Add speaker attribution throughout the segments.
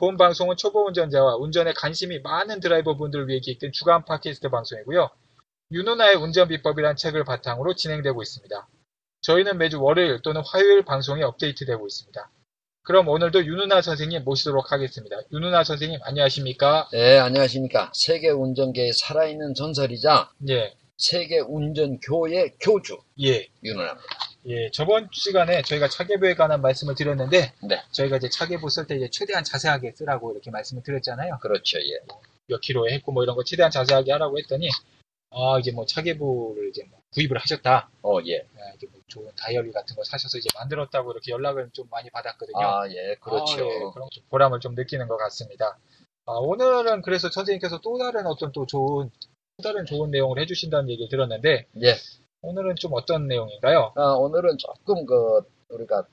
Speaker 1: 본 방송은 초보 운전자와 운전에 관심이 많은 드라이버분들을 위해 기획된 주간 팟캐스트 방송이고요. 윤은하의 운전 비법이란 책을 바탕으로 진행되고 있습니다. 저희는 매주 월요일 또는 화요일 방송이 업데이트되고 있습니다. 그럼 오늘도 윤은하 선생님 모시도록 하겠습니다. 윤은하 선생님 안녕하십니까?
Speaker 2: 네, 안녕하십니까. 세계 운전계의 살아있는 전설이자
Speaker 1: 예,
Speaker 2: 세계 운전교의 교주
Speaker 1: 예.
Speaker 2: 윤호랍니다.
Speaker 1: 예, 저번 시간에 저희가 차계부에 관한 말씀을 드렸는데,
Speaker 2: 네.
Speaker 1: 저희가 이제 차계부 쓸 때 이제 최대한 자세하게 쓰라고 이렇게 말씀을 드렸잖아요.
Speaker 2: 그렇죠, 예.
Speaker 1: 몇 킬로에 했고 뭐 이런 거 최대한 자세하게 하라고 했더니, 아, 이제 뭐 차계부를 이제 뭐 구입을 하셨다.
Speaker 2: 어, 예.
Speaker 1: 아, 이제 뭐 좋은 다이어리 같은 거 사셔서 이제 만들었다고 이렇게 연락을 좀 많이 받았거든요.
Speaker 2: 아, 예, 그렇죠.
Speaker 1: 아, 예, 그런 좀 보람을 좀 느끼는 것 같습니다. 아, 오늘은 그래서 선생님께서 또 다른 어떤 또 좋은, 또 다른 좋은 내용을 해주신다는 얘기를 들었는데,
Speaker 2: 예.
Speaker 1: 오늘은 좀 어떤 내용인가요?
Speaker 2: 아, 오늘은 조금 그, 우리가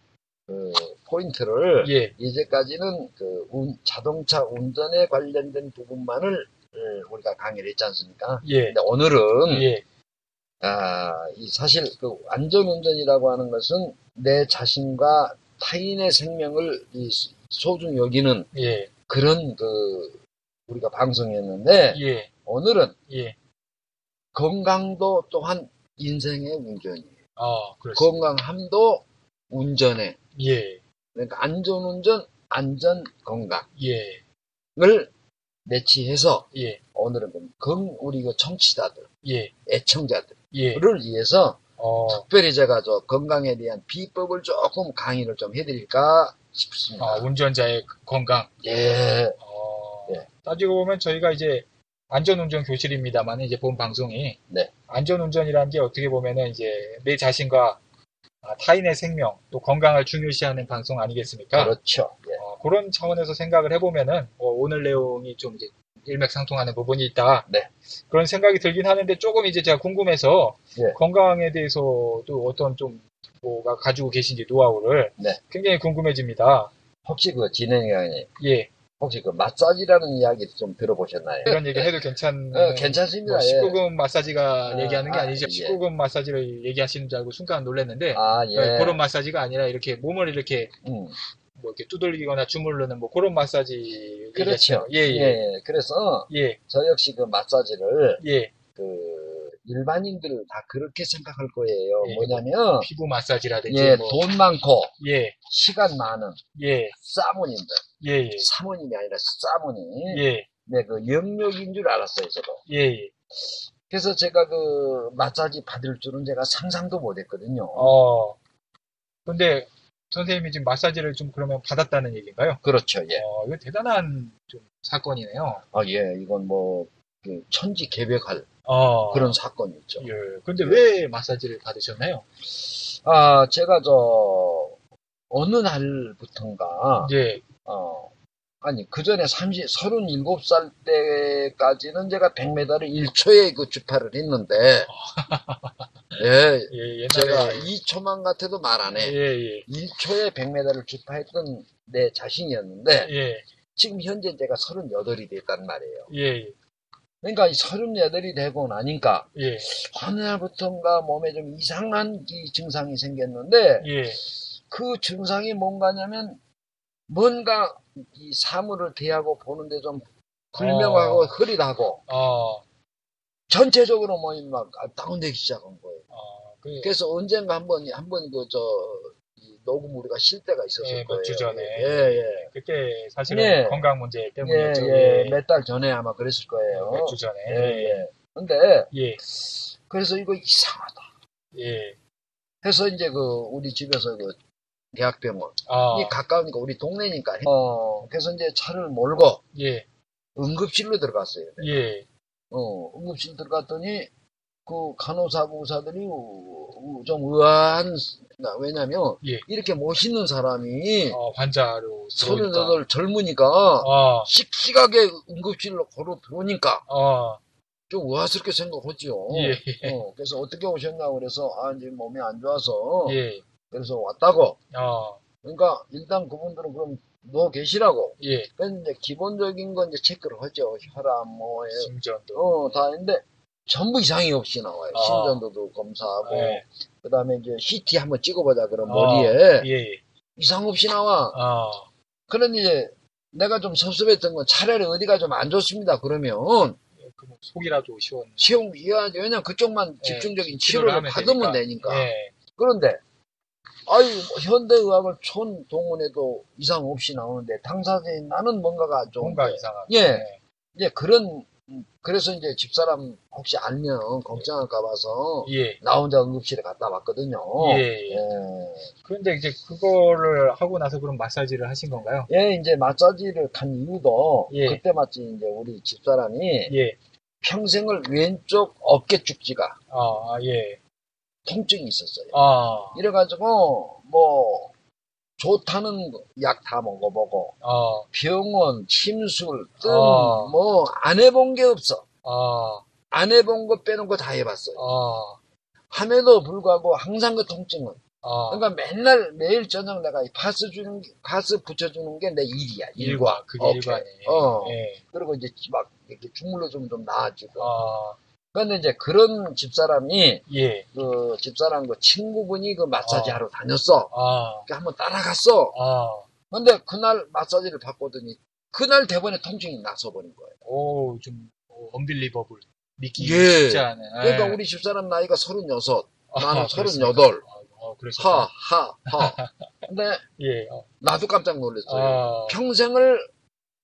Speaker 2: 그 포인트를
Speaker 1: 예,
Speaker 2: 이제까지는 그 운- 자동차 운전에 관련된 부분만을 어, 우리가 강의를 했지 않습니까?
Speaker 1: 예,
Speaker 2: 근데 오늘은
Speaker 1: 예,
Speaker 2: 아, 이 사실 그 안전운전이라고 하는 것은 내 자신과 타인의 생명을 이 소중히 여기는
Speaker 1: 예.
Speaker 2: 그런 그 우리가 방송했는데
Speaker 1: 예,
Speaker 2: 오늘은
Speaker 1: 예.
Speaker 2: 건강도 또한 인생의 운전이에요.
Speaker 1: 아, 그렇습니다.
Speaker 2: 건강함도 운전에
Speaker 1: 예,
Speaker 2: 그러니까 안전운전, 안전 건강을
Speaker 1: 예,
Speaker 2: 매치해서
Speaker 1: 예,
Speaker 2: 오늘은 그 건- 우리 그 청취자들,
Speaker 1: 예,
Speaker 2: 애청자들을
Speaker 1: 예.
Speaker 2: 위해서
Speaker 1: 어,
Speaker 2: 특별히 제가 저 건강에 대한 비법을 조금 강의를 좀 해드릴까 싶습니다.
Speaker 1: 아, 네. 운전자의 건강.
Speaker 2: 예,
Speaker 1: 어,
Speaker 2: 예.
Speaker 1: 따지고 보면 저희가 이제 안전운전 교실입니다만 이제 본 방송이
Speaker 2: 네.
Speaker 1: 안전운전이라는 게 어떻게 보면은 이제 내 자신과 아, 타인의 생명 또 건강을 중요시하는 방송 아니겠습니까?
Speaker 2: 그렇죠. 예.
Speaker 1: 어, 그런 차원에서 생각을 해보면은 어, 오늘 내용이 좀 이제 일맥상통하는 부분이 있다.
Speaker 2: 네.
Speaker 1: 그런 생각이 들긴 하는데 조금 이제 제가 궁금해서
Speaker 2: 예.
Speaker 1: 건강에 대해서도 어떤 좀 뭐가 가지고 계신지 노하우를
Speaker 2: 네.
Speaker 1: 굉장히 궁금해집니다.
Speaker 2: 혹시 그 진행위원님,
Speaker 1: 예,
Speaker 2: 혹시 그 마사지라는 이야기 좀 들어보셨나요?
Speaker 1: 이런 얘기 해도 괜찮.
Speaker 2: 어, 괜찮습니다.
Speaker 1: 뭐
Speaker 2: 예.
Speaker 1: 19금 마사지가
Speaker 2: 아,
Speaker 1: 얘기하는 게
Speaker 2: 아,
Speaker 1: 아니죠.
Speaker 2: 예.
Speaker 1: 19금 마사지를 얘기하시는 줄 알고 순간 놀랐는데
Speaker 2: 아, 예.
Speaker 1: 네, 그런 마사지가 아니라 이렇게 몸을 이렇게
Speaker 2: 음,
Speaker 1: 뭐 이렇게 두들기거나 주물르는 뭐 그런 마사지.
Speaker 2: 그렇죠.
Speaker 1: 얘기하시네요. 예, 예,
Speaker 2: 예, 그래서
Speaker 1: 예,
Speaker 2: 저 역시 그 마사지를
Speaker 1: 예.
Speaker 2: 그 일반인들은 다 그렇게 생각할 거예요.
Speaker 1: 예.
Speaker 2: 뭐냐면
Speaker 1: 피부 마사지라든지
Speaker 2: 어. 예,
Speaker 1: 뭐.
Speaker 2: 돈 많고
Speaker 1: 예,
Speaker 2: 시간 많은
Speaker 1: 예,
Speaker 2: 사모님들,
Speaker 1: 예, 예,
Speaker 2: 사모님이 아니라 사모님,
Speaker 1: 예,
Speaker 2: 네, 그 영역인 줄 알았어요, 저도.
Speaker 1: 예, 예.
Speaker 2: 그래서 제가 그 마사지 받을 줄은 제가 상상도 못했거든요.
Speaker 1: 어. 근데 선생님이 지금 마사지를 좀 그러면 받았다는 얘기인가요?
Speaker 2: 그렇죠, 예.
Speaker 1: 어, 이거 대단한 좀 사건이네요.
Speaker 2: 아, 예, 이건 뭐. 그 천지 개벽할
Speaker 1: 어.
Speaker 2: 그런 사건이죠.
Speaker 1: 예. 근데 왜 마사지를 받으셨나요?
Speaker 2: 아, 제가 저 어느 날부턴가
Speaker 1: 예,
Speaker 2: 어, 아니, 그 전에 30, 37살 때까지는 제가 100m를 1초에 그 주파를 했는데, 예,
Speaker 1: 예, 옛날에.
Speaker 2: 제가 2초만 같아도 말 안
Speaker 1: 예,
Speaker 2: 해.
Speaker 1: 예,
Speaker 2: 1초에 100m를 주파했던 내 자신이었는데,
Speaker 1: 예,
Speaker 2: 지금 현재 제가 38이 됐단 말이에요.
Speaker 1: 예,
Speaker 2: 그러니까 이 38이 되고 나니까,
Speaker 1: 예,
Speaker 2: 어느 날부턴가 몸에 좀 이상한 이 증상이 생겼는데,
Speaker 1: 예,
Speaker 2: 그 증상이 뭔가냐면 뭔가 이 사물을 대하고 보는데 좀 불명하고
Speaker 1: 어.
Speaker 2: 흐리다고
Speaker 1: 어,
Speaker 2: 전체적으로 뭐막 다운되기 시작한 거예요.
Speaker 1: 어, 그,
Speaker 2: 그래서 언젠가 한번 한번 그 저 녹음 우리가 쉴 때가 있었을
Speaker 1: 예, 몇
Speaker 2: 거예요.
Speaker 1: 주 전에. 네,
Speaker 2: 예예.
Speaker 1: 그때 사실은
Speaker 2: 예.
Speaker 1: 건강 문제
Speaker 2: 예,
Speaker 1: 때문이었죠.
Speaker 2: 예. 몇 달 전에 아마 그랬을 거예요.
Speaker 1: 뭐 네, 몇주 전에. 네.
Speaker 2: 예, 예. 근데
Speaker 1: 예,
Speaker 2: 그래서 이거 이상하다
Speaker 1: 예,
Speaker 2: 해서 이제 그 우리 집에서 그 대학병원
Speaker 1: 아,
Speaker 2: 이 가까우니까 우리 동네니까 어, 그래서 이제 차를 몰고
Speaker 1: 예,
Speaker 2: 응급실로 들어갔어요.
Speaker 1: 예,
Speaker 2: 어, 응급실 들어갔더니 그 간호사부 의사들이 우- 우- 좀 의아한 왜냐면
Speaker 1: 예.
Speaker 2: 이렇게 멋있는 사람이
Speaker 1: 어, 환자로 들어오니까.
Speaker 2: 서른여덟 젊으니까
Speaker 1: 아,
Speaker 2: 씩씩하게 응급실로 걸어 들어오니까
Speaker 1: 아,
Speaker 2: 좀 의아스럽게 생각하지요.
Speaker 1: 예,
Speaker 2: 어, 그래서 어떻게 오셨냐고 그래서 아 이제 몸이 안 좋아서
Speaker 1: 예,
Speaker 2: 그래서 왔다고.
Speaker 1: 아,
Speaker 2: 그러니까 일단 그분들은 그럼 누워 계시라고.
Speaker 1: 예,
Speaker 2: 그래서 이제 기본적인 건 이제 체크를 하죠. 혈압 뭐
Speaker 1: 심전도.
Speaker 2: 어, 다 했는데 전부 이상이 없이 나와요.
Speaker 1: 아.
Speaker 2: 심전도도 검사하고
Speaker 1: 예,
Speaker 2: 그다음에 이제 CT 한번 찍어보자 그런
Speaker 1: 아.
Speaker 2: 머리에
Speaker 1: 예, 예,
Speaker 2: 이상 없이 나와.
Speaker 1: 아,
Speaker 2: 그런 이제 내가 좀 섭섭했던 건 차라리 어디가 좀 안 좋습니다. 그러면
Speaker 1: 그 뭐 속이라도 시원.
Speaker 2: 치용 이하 왜냐 그쪽만
Speaker 1: 예, 치료를
Speaker 2: 집중적인 치료를
Speaker 1: 하면
Speaker 2: 받으면
Speaker 1: 되니까.
Speaker 2: 되니까.
Speaker 1: 예,
Speaker 2: 그런데 아유 뭐 현대의학을 촌 동원해도 이상 없이 나오는데 당사자인 나는 뭔가가 좀
Speaker 1: 뭔가 이상한.
Speaker 2: 예. 이제 그런 음, 그래서 이제 집사람 혹시 알면 걱정할까 봐서
Speaker 1: 예,
Speaker 2: 나 혼자 응급실에 갔다 왔거든요.
Speaker 1: 예,
Speaker 2: 네.
Speaker 1: 예. 그런데 이제 그거를 하고 나서 그럼 마사지를 하신 건가요?
Speaker 2: 예, 이제 마사지를 간 이유도
Speaker 1: 예.
Speaker 2: 그때 마치 이제 우리 집사람이
Speaker 1: 예,
Speaker 2: 평생을 왼쪽 어깨 축지가
Speaker 1: 아, 예,
Speaker 2: 통증이 있었어요.
Speaker 1: 아,
Speaker 2: 이래가지고 뭐 좋다는 약 다 먹어보고
Speaker 1: 아,
Speaker 2: 병원, 침술, 뜸,
Speaker 1: 아.
Speaker 2: 뭐, 안 해본 게 없어.
Speaker 1: 아,
Speaker 2: 안 해본 거 빼는 거 다 해봤어요.
Speaker 1: 아,
Speaker 2: 함에도 불구하고 항상 그 통증은.
Speaker 1: 아.
Speaker 2: 그러니까 맨날, 매일 저녁 내가 이 파스 주는, 게- 파스 붙여주는 게 내 일이야. 일과.
Speaker 1: 그게
Speaker 2: 오케이.
Speaker 1: 일관이에요.
Speaker 2: 어.
Speaker 1: 예,
Speaker 2: 그리고 이제 막 이렇게 주물러 주면 좀 나아지고.
Speaker 1: 아,
Speaker 2: 그런데 이제 그런 집사람이,
Speaker 1: 예,
Speaker 2: 그 집사람 그 친구분이 그 마사지
Speaker 1: 아.
Speaker 2: 하러 다녔어.
Speaker 1: 아,
Speaker 2: 그러니까 한번 따라갔어.
Speaker 1: 아,
Speaker 2: 근데 그날 마사지를 받고더니, 그날 대번에 통증이 나서 버린 거예요.
Speaker 1: 오, 좀, 오, 언빌리버블. 믿기
Speaker 2: 예.
Speaker 1: 쉽지 않은. 예.
Speaker 2: 그러니까 우리 집사람 나이가 36.
Speaker 1: 아,
Speaker 2: 나는
Speaker 1: 그렇습니까?
Speaker 2: 38.
Speaker 1: 아, 아, 그래서.
Speaker 2: 하, 하, 하. 근데
Speaker 1: 예, 어,
Speaker 2: 나도 깜짝 놀랐어요.
Speaker 1: 아,
Speaker 2: 평생을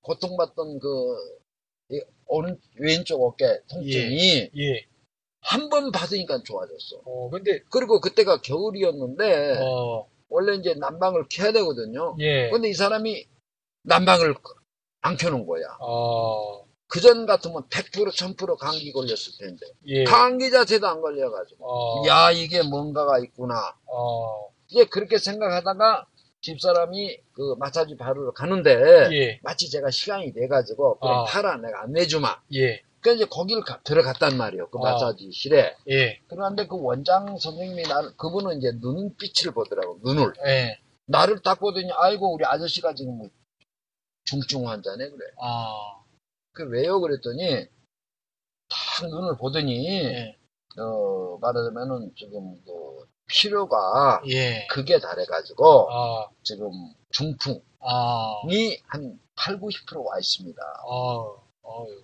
Speaker 2: 고통받던 그, 이 오른, 왼쪽 어깨 통증이
Speaker 1: 예,
Speaker 2: 한 번 받으니까 좋아졌어.
Speaker 1: 어, 근데,
Speaker 2: 그리고 그때가 겨울이었는데,
Speaker 1: 어,
Speaker 2: 원래 이제 난방을 켜야 되거든요.
Speaker 1: 예,
Speaker 2: 예. 근데 이 사람이 난방을 안 켜놓은 거야.
Speaker 1: 어,
Speaker 2: 그전 같으면 100% 1000% 감기 걸렸을 텐데.
Speaker 1: 예,
Speaker 2: 감기 자체도 안 걸려가지고.
Speaker 1: 어,
Speaker 2: 야, 이게 뭔가가 있구나.
Speaker 1: 어,
Speaker 2: 이제 그렇게 생각하다가 집사람이 그 마사지 바르러 가는데
Speaker 1: 예,
Speaker 2: 마치 제가 시간이 돼 가지고 그럼
Speaker 1: 아.
Speaker 2: 팔아 내가 안 내주마.
Speaker 1: 예,
Speaker 2: 그래서 이제 거기를 가- 들어갔단 말이에요. 그
Speaker 1: 아.
Speaker 2: 마사지실에.
Speaker 1: 예,
Speaker 2: 그런데 그 원장 선생님이 나를 그분은 이제 눈빛을 보더라고. 눈을.
Speaker 1: 예,
Speaker 2: 나를 딱 보더니 아이고 우리 아저씨가 지금 뭐 중증 환자네 그래.
Speaker 1: 아,
Speaker 2: 그 왜요 그랬더니 딱 눈을 보더니
Speaker 1: 예,
Speaker 2: 어 말하자면은 지금 그 필요가
Speaker 1: 예,
Speaker 2: 그게 달해 가지고
Speaker 1: 아,
Speaker 2: 지금 중풍이
Speaker 1: 아,
Speaker 2: 한 8, 90%와 있습니다.
Speaker 1: 어, 어유,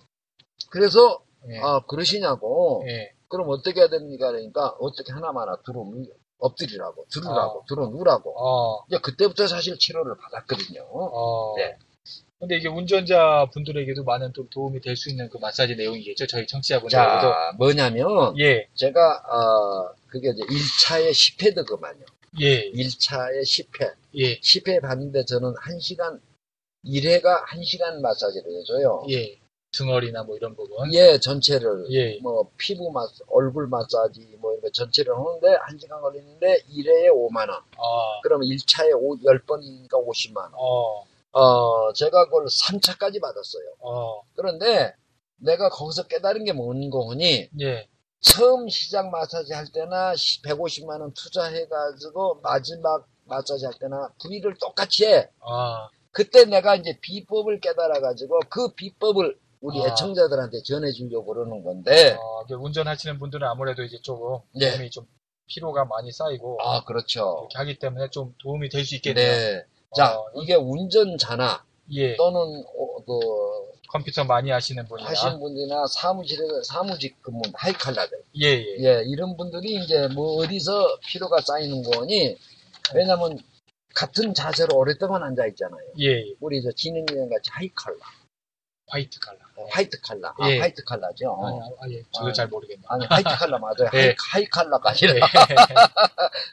Speaker 2: 그래서
Speaker 1: 예,
Speaker 2: 아 그러시냐고
Speaker 1: 예,
Speaker 2: 그럼 어떻게 해야 됩니까? 그러니까 어떻게 하나마나 들어 누- 엎드리라고 들으라고 들어 누라고
Speaker 1: 어,
Speaker 2: 이제 그때부터 사실 치료를 받았거든요.
Speaker 1: 어.
Speaker 2: 네.
Speaker 1: 근데 이게 운전자 분들에게도 많은 좀 도움이 될 수 있는 그 마사지 내용이겠죠. 저희 청취자분들에게도.
Speaker 2: 자 뭐냐면
Speaker 1: 예,
Speaker 2: 제가 아 그게 이제 1차에 10회 되거만요.
Speaker 1: 예,
Speaker 2: 1차에 10회
Speaker 1: 예,
Speaker 2: 10회 받는데 저는 1시간 1회가 1시간 마사지를 해줘요.
Speaker 1: 예. 등어리나 뭐 이런 부분.
Speaker 2: 예 전체를
Speaker 1: 예,
Speaker 2: 뭐 피부 마사, 얼굴 마사지 뭐 이런 거 전체를 하는데 한 시간 걸리는데 1회에 5만 원.
Speaker 1: 아,
Speaker 2: 그러면 1차에 10번이니까 50만 원.
Speaker 1: 어,
Speaker 2: 어, 제가 그걸 3차까지 받았어요.
Speaker 1: 어,
Speaker 2: 그런데 내가 거기서 깨달은 게 뭔고 하니
Speaker 1: 예,
Speaker 2: 처음 시작 마사지 할 때나 150만 원 투자해 가지고 마지막 마사지 할 때나 부위를 똑같이 해.
Speaker 1: 아,
Speaker 2: 그때 내가 이제 비법을 깨달아 가지고 그 비법을 우리
Speaker 1: 아.
Speaker 2: 애청자들한테 전해 주려고 그러는 건데.
Speaker 1: 어, 이게 운전하시는 분들은 아무래도 이제 조금
Speaker 2: 네.
Speaker 1: 몸이 좀 피로가 많이 쌓이고
Speaker 2: 아, 그렇죠.
Speaker 1: 이렇게 하기 때문에 좀 도움이 될 수 있겠네요.
Speaker 2: 네. 자,
Speaker 1: 어,
Speaker 2: 이게 운전자나
Speaker 1: 예,
Speaker 2: 또는 어, 그
Speaker 1: 컴퓨터 많이 하시는 분이나
Speaker 2: 하신 분이나 사무실에 사무직 근무 하이칼라들
Speaker 1: 예, 예,
Speaker 2: 예 이런 분들이 이제 뭐 어디서 피로가 쌓이는 거니 왜냐면 같은 자세로 오랫동안 앉아 있잖아요.
Speaker 1: 예, 예,
Speaker 2: 우리 저 진흥이랑 같이 하이칼라,
Speaker 1: 화이트 칼라.
Speaker 2: 화이트 칼라, 아,
Speaker 1: 예.
Speaker 2: 화이트 칼라죠.
Speaker 1: 아니, 아, 아, 예, 저도
Speaker 2: 아.
Speaker 1: 잘 모르겠네요.
Speaker 2: 아니 화이트 칼라 맞아요.
Speaker 1: 예.
Speaker 2: 하이, 칼라가 아니라.
Speaker 1: 예,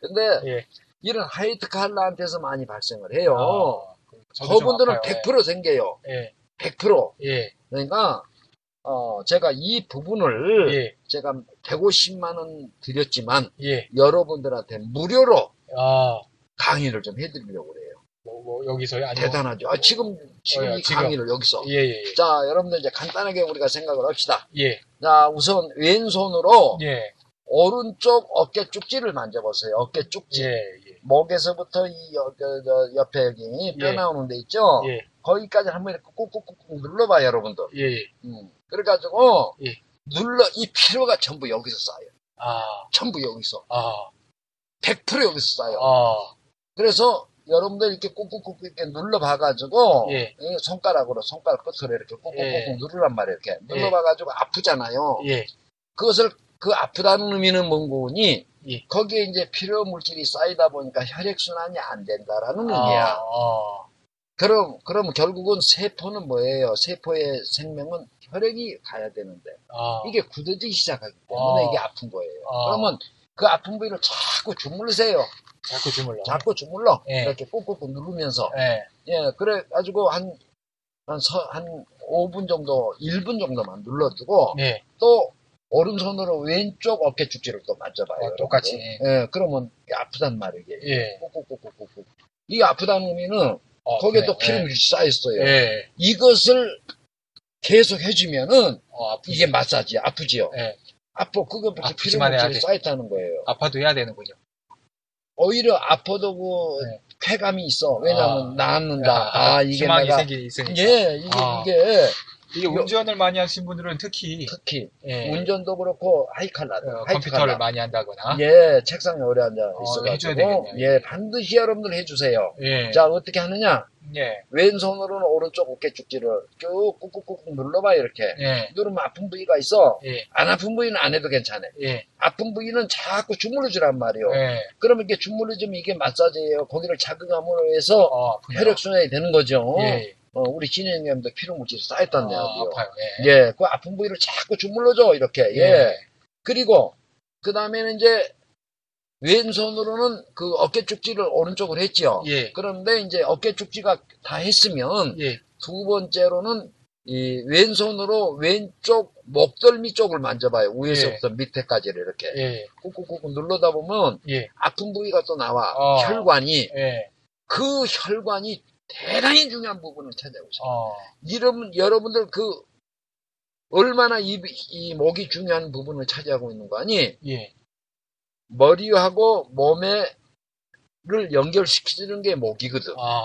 Speaker 2: 근데
Speaker 1: 예.
Speaker 2: 이런 하이트 칼라한테서 많이 발생을 해요.
Speaker 1: 아, 저도 좀
Speaker 2: 어. 저분들은
Speaker 1: 아파요.
Speaker 2: 100% 생겨요.
Speaker 1: 예,
Speaker 2: 100%.
Speaker 1: 예,
Speaker 2: 그러니까 어, 제가 이 부분을
Speaker 1: 예,
Speaker 2: 제가 150만 원 드렸지만
Speaker 1: 예.
Speaker 2: 여러분들한테 무료로
Speaker 1: 아,
Speaker 2: 강의를 좀 해드리려고 그래요.
Speaker 1: 뭐, 뭐 여기서요? 아니면
Speaker 2: 대단하죠. 아, 지금 지금
Speaker 1: 어,
Speaker 2: 이
Speaker 1: 지금.
Speaker 2: 강의를 여기서.
Speaker 1: 예, 예,
Speaker 2: 자, 여러분들 이제 간단하게 우리가 생각을 합시다.
Speaker 1: 예, 예,
Speaker 2: 자, 우선 왼손으로
Speaker 1: 예,
Speaker 2: 오른쪽 어깨 쭉지를 만져보세요. 어깨 쭉지.
Speaker 1: 예, 예,
Speaker 2: 목에서부터 이 여- 저- 저 옆에 여기 뼈
Speaker 1: 예.
Speaker 2: 나오는 데 있죠.
Speaker 1: 예.
Speaker 2: 거기까지 한번 이렇게 꾹꾹꾹꾹 눌러봐 요 여러분들.
Speaker 1: 예, 예.
Speaker 2: 음. 그래가지고
Speaker 1: 예.
Speaker 2: 눌러 이 피로가 전부 여기서 쌓여.
Speaker 1: 아,
Speaker 2: 전부 여기서
Speaker 1: 아,
Speaker 2: 100% 여기서 쌓여.
Speaker 1: 아,
Speaker 2: 그래서 여러분들 이렇게 꾹꾹꾹 이렇게 눌러봐가지고
Speaker 1: 예.
Speaker 2: 이 손가락으로 손가락 끝으로 이렇게 꾹꾹꾹
Speaker 1: 예.
Speaker 2: 누르란 말이에요. 이렇게
Speaker 1: 예.
Speaker 2: 눌러봐가지고 아프잖아요.
Speaker 1: 예,
Speaker 2: 그것을 그 아프다는 의미는 뭔고니
Speaker 1: 예.
Speaker 2: 거기에 이제 필요 물질이 쌓이다 보니까 혈액 순환이 안 된다라는
Speaker 1: 아,
Speaker 2: 의미야.
Speaker 1: 아,
Speaker 2: 그럼 그럼 결국은 세포는 뭐예요? 세포의 생명은 혈액이 가야 되는데
Speaker 1: 아,
Speaker 2: 이게 굳어지기 시작하기 때문에
Speaker 1: 아.
Speaker 2: 이게 아픈 거예요.
Speaker 1: 아.
Speaker 2: 그러면 그 아픈 부위를 자꾸 주물르세요.
Speaker 1: 자꾸 주물러.
Speaker 2: 자꾸 주물러
Speaker 1: 예.
Speaker 2: 이렇게 꾹꾹꾹 누르면서
Speaker 1: 예,
Speaker 2: 예 그래 가지고 한한한 5분 정도 1분 정도만 눌러주고
Speaker 1: 예,
Speaker 2: 또 오른손으로 왼쪽 어깨 축지를 또 만져봐요.
Speaker 1: 아, 똑같이.
Speaker 2: 여러분들. 예, 그러면 아프단 말이에요.
Speaker 1: 예.
Speaker 2: 꾹꾹꾹꾹꾹. 이 아프다는 의미는
Speaker 1: 어,
Speaker 2: 거기에
Speaker 1: 그래요.
Speaker 2: 또 피를 쌓였어요.
Speaker 1: 예, 예.
Speaker 2: 이것을 계속 해주면은
Speaker 1: 어, 아프,
Speaker 2: 이게 마사지 아프지요.
Speaker 1: 예.
Speaker 2: 아프 그거 그렇게 피를
Speaker 1: 아프지만 해야
Speaker 2: 물질이
Speaker 1: 돼.
Speaker 2: 쌓였다는 거예요.
Speaker 1: 아파도 해야 되는군요.
Speaker 2: 오히려 아파도 그
Speaker 1: 네.
Speaker 2: 쾌감이 있어. 왜냐하면
Speaker 1: 아.
Speaker 2: 낫는다. 아, 이게
Speaker 1: 희망이
Speaker 2: 내가
Speaker 1: 생기, 있으니까.
Speaker 2: 예 이게
Speaker 1: 아.
Speaker 2: 이게
Speaker 1: 이게 운전을 많이 하신 분들은 특히,
Speaker 2: 특히
Speaker 1: 예,
Speaker 2: 운전도 그렇고 하이칼라
Speaker 1: 어, 컴퓨터를
Speaker 2: 하이칼라
Speaker 1: 많이 한다거나,
Speaker 2: 예, 책상에 오래 앉아
Speaker 1: 해줘야
Speaker 2: 있어가지고
Speaker 1: 되겠네요.
Speaker 2: 예, 반드시 여러분들 해주세요.
Speaker 1: 예,
Speaker 2: 자, 어떻게 하느냐?
Speaker 1: 예,
Speaker 2: 왼손으로는 오른쪽 어깨축지를 쭉 꾹꾹꾹 눌러봐 이렇게.
Speaker 1: 예,
Speaker 2: 누르면 아픈 부위가 있어.
Speaker 1: 예,
Speaker 2: 안 아픈 부위는 안 해도 괜찮아.
Speaker 1: 예,
Speaker 2: 아픈 부위는 자꾸 주물러주란 말이요.
Speaker 1: 예,
Speaker 2: 그러면 이게 주물러주면 이게 마사지예요. 거기를 자극함으로 해서
Speaker 1: 어, 아프네요.
Speaker 2: 혈액 순환이 되는 거죠.
Speaker 1: 예,
Speaker 2: 어, 우리 진행형님도 피로 물질이 쌓였단
Speaker 1: 아,
Speaker 2: 이야기요.
Speaker 1: 아파요. 예.
Speaker 2: 예, 그 아픈 부위를 자꾸 주물러줘 이렇게. 예. 그리고 그 다음에는 이제 왼손으로는 그 어깨 축지를 오른쪽으로 했죠.
Speaker 1: 예.
Speaker 2: 그런데 이제 어깨 축지가 다 했으면
Speaker 1: 예.
Speaker 2: 두 번째로는 이 왼손으로 왼쪽 목덜미 쪽을 만져봐요. 위에서부터 밑에까지를 이렇게
Speaker 1: 예.
Speaker 2: 꾹꾹꾹 눌러다 보면
Speaker 1: 예.
Speaker 2: 아픈 부위가 또 나와
Speaker 1: 어.
Speaker 2: 혈관이
Speaker 1: 예.
Speaker 2: 그 혈관이 대단히 중요한 부분을 찾아오고 있어요.
Speaker 1: 어.
Speaker 2: 이러면 여러분들 그 얼마나 이, 이 목이 중요한 부분을 차지하고 있는 거 아니?
Speaker 1: 예.
Speaker 2: 머리하고 몸에를 연결시키는 게 목이거든.
Speaker 1: 아.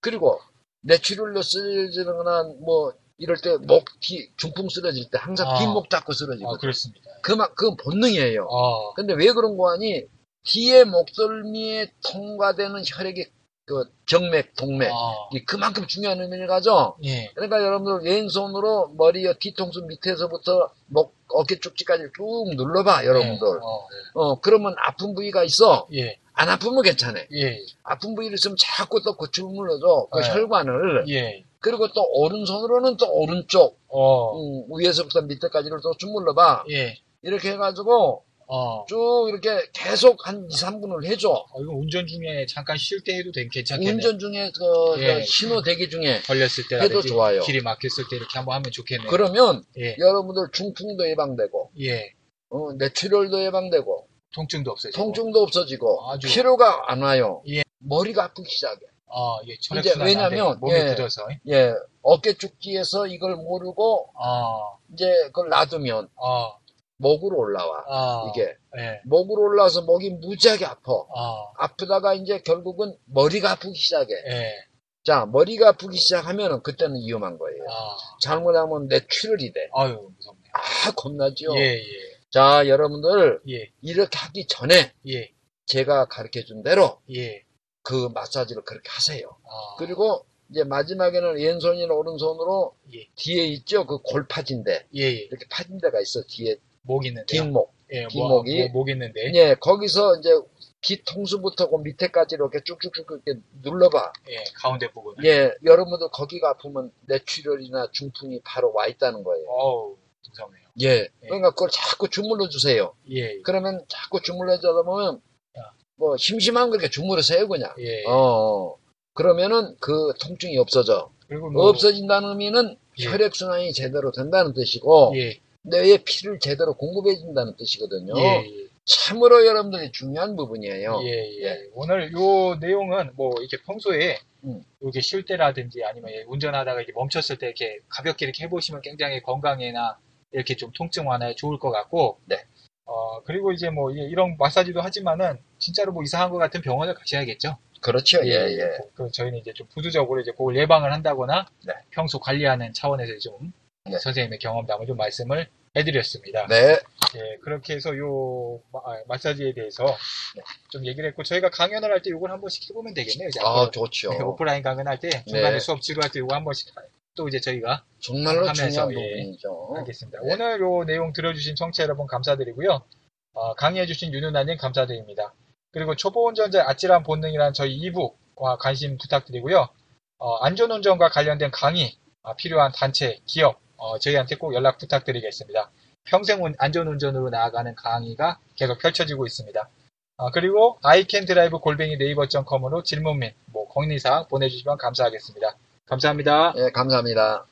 Speaker 2: 그리고 뇌출혈로 쓰러지거나 뭐 이럴 때 목 뒤 중풍 쓰러질 때 항상
Speaker 1: 아.
Speaker 2: 뒷목 잡고
Speaker 1: 아,
Speaker 2: 쓰러지거든.
Speaker 1: 그렇습니다.
Speaker 2: 그만 그건 본능이에요.
Speaker 1: 어.
Speaker 2: 근데 왜 그런 거 하니? 뒤에 목덜미에 통과되는 혈액이 그 정맥, 동맥
Speaker 1: 아.
Speaker 2: 이 그만큼 중요한 의미를 가져.
Speaker 1: 예.
Speaker 2: 그러니까 여러분들 왼손으로 머리의 뒤통수 밑에서부터 목 어깨 쪽지까지 쭉 눌러봐 여러분들.
Speaker 1: 예. 어.
Speaker 2: 어, 그러면 아픈 부위가 있어.
Speaker 1: 예.
Speaker 2: 안 아프면 괜찮아.
Speaker 1: 예.
Speaker 2: 아픈 부위를 있으면 자꾸 또 고추물러줘. 그
Speaker 1: 네.
Speaker 2: 혈관을.
Speaker 1: 예.
Speaker 2: 그리고 또 오른손으로는 또 오른쪽,
Speaker 1: 어.
Speaker 2: 음, 위에서부터 밑에까지를 또 주물러봐.
Speaker 1: 예.
Speaker 2: 이렇게 해가지고
Speaker 1: 어.
Speaker 2: 쭉 이렇게 계속 한 2, 3분을 해줘.
Speaker 1: 어, 이거 운전 중에 잠깐 쉴 때 해도 된 괜찮겠네.
Speaker 2: 운전 중에 그, 그
Speaker 1: 예.
Speaker 2: 신호 대기 중에.
Speaker 1: 걸렸을 때
Speaker 2: 해도 좋아요.
Speaker 1: 길이 막혔을 때 이렇게 한번 하면 좋겠네요.
Speaker 2: 그러면
Speaker 1: 예.
Speaker 2: 여러분들 중풍도 예방되고,
Speaker 1: 예.
Speaker 2: 어, 뇌출혈도 예방되고,
Speaker 1: 통증도 없어지고.
Speaker 2: 통증도 없어지고,
Speaker 1: 아주.
Speaker 2: 피로가 안 와요.
Speaker 1: 예.
Speaker 2: 머리가 아프기 시작해.
Speaker 1: 아, 예. 혈액
Speaker 2: 이제
Speaker 1: 순환이 안
Speaker 2: 왜냐면,
Speaker 1: 되고 몸이
Speaker 2: 예.
Speaker 1: 굳어서.
Speaker 2: 예, 어깨 축지에서 이걸 모르고
Speaker 1: 아.
Speaker 2: 이제 그걸 놔두면
Speaker 1: 아.
Speaker 2: 목으로 올라와.
Speaker 1: 아.
Speaker 2: 이게
Speaker 1: 예.
Speaker 2: 목으로 올라와서 목이 무지하게 아파.
Speaker 1: 아.
Speaker 2: 아프다가 이제 결국은 머리가 아프기 시작해.
Speaker 1: 예.
Speaker 2: 자, 머리가 아프기 시작하면은 그때는 위험한 거예요.
Speaker 1: 아.
Speaker 2: 잘못하면 뇌출혈이 돼.
Speaker 1: 아유, 무섭네요.
Speaker 2: 아, 겁나지요.
Speaker 1: 예, 예.
Speaker 2: 자, 여러분들
Speaker 1: 예.
Speaker 2: 이렇게 하기 전에
Speaker 1: 예.
Speaker 2: 제가 가르쳐 준 대로
Speaker 1: 예.
Speaker 2: 그 마사지를 그렇게 하세요.
Speaker 1: 아.
Speaker 2: 그리고 이제 마지막에는 왼손이나 오른손으로
Speaker 1: 예.
Speaker 2: 뒤에 있죠. 그 골파진대.
Speaker 1: 예, 예.
Speaker 2: 이렇게 파진 데가 있어. 뒤에
Speaker 1: 목 있는데요.
Speaker 2: 뒷목.
Speaker 1: 예,
Speaker 2: 긴
Speaker 1: 뭐,
Speaker 2: 목이.
Speaker 1: 뭐, 목 있는데.
Speaker 2: 예, 거기서 이제 뒤통수부터 그 밑에까지 이렇게 쭉쭉쭉 이렇게 눌러봐.
Speaker 1: 예, 가운데 부분.
Speaker 2: 예, 여러분들 거기가 아프면 뇌출혈이나 중풍이 바로 와 있다는 거예요.
Speaker 1: 어우, 무섭네요.
Speaker 2: 예, 그러니까 그걸 자꾸 주물러 주세요.
Speaker 1: 예.
Speaker 2: 그러면 자꾸 주물러 주다 보면 뭐 심심한 그렇게 주물러 세요 그냥.
Speaker 1: 예.
Speaker 2: 어. 그러면은 그 통증이 없어져.
Speaker 1: 그리고 뭐,
Speaker 2: 없어진다는 의미는
Speaker 1: 예.
Speaker 2: 혈액 순환이 제대로 된다는 뜻이고
Speaker 1: 예.
Speaker 2: 뇌에 피를 제대로 공급해 준다는 뜻이거든요.
Speaker 1: 예.
Speaker 2: 참으로 여러분들이 중요한 부분이에요.
Speaker 1: 예, 예. 오늘 요 내용은 뭐 이렇게 평소에
Speaker 2: 음.
Speaker 1: 이렇게 쉴 때라든지 아니면 예, 운전하다가 이렇게 멈췄을 때 이렇게 가볍게 이렇게 해보시면 굉장히 건강에나 이렇게 좀 통증 완화에 좋을 것 같고.
Speaker 2: 네.
Speaker 1: 어 그리고 이제 뭐 예, 이런 마사지도 하지만은 진짜로 뭐 이상한 것 같은 병원을 가셔야겠죠.
Speaker 2: 그렇죠. 예, 예.
Speaker 1: 그 저희는 이제 좀 부수적으로 이제 그걸 예방을 한다거나
Speaker 2: 네.
Speaker 1: 평소 관리하는 차원에서 좀
Speaker 2: 네.
Speaker 1: 선생님의 경험담을 좀 말씀을 해드렸습니다.
Speaker 2: 네.
Speaker 1: 예, 그렇게 해서 요 마- 아, 마사지에 대해서
Speaker 2: 네.
Speaker 1: 좀 얘기를 했고 저희가 강연을 할 때 이걸 한 번씩 해보면 되겠네요. 이제
Speaker 2: 아,
Speaker 1: 앞으로.
Speaker 2: 좋죠.
Speaker 1: 네, 오프라인 강연할 때 중간에
Speaker 2: 네.
Speaker 1: 수업 지루할 때 이거 한 번씩 또 이제 저희가
Speaker 2: 정말로
Speaker 1: 하면서,
Speaker 2: 중요한
Speaker 1: 예.
Speaker 2: 부분이죠.
Speaker 1: 하겠습니다.
Speaker 2: 네.
Speaker 1: 오늘 요 내용 들어주신 청취자 여러분 감사드리고요. 어, 강의해주신 윤은아님 감사드립니다. 그리고 초보 운전자의 아찔한 본능이라는 저희 2부와 관심 부탁드리고요. 어, 안전운전과 관련된 강의, 아, 필요한 단체, 기업, 어, 저희한테 꼭 연락 부탁드리겠습니다. 평생 운- 안전운전으로 나아가는 강의가 계속 펼쳐지고 있습니다. 아, 그리고 아이캔드라이브 골뱅이 뭐 네이버.com으로 질문 및뭐 건의사항 보내주시면 감사하겠습니다. 감사합니다.
Speaker 2: 예, 감사합니다.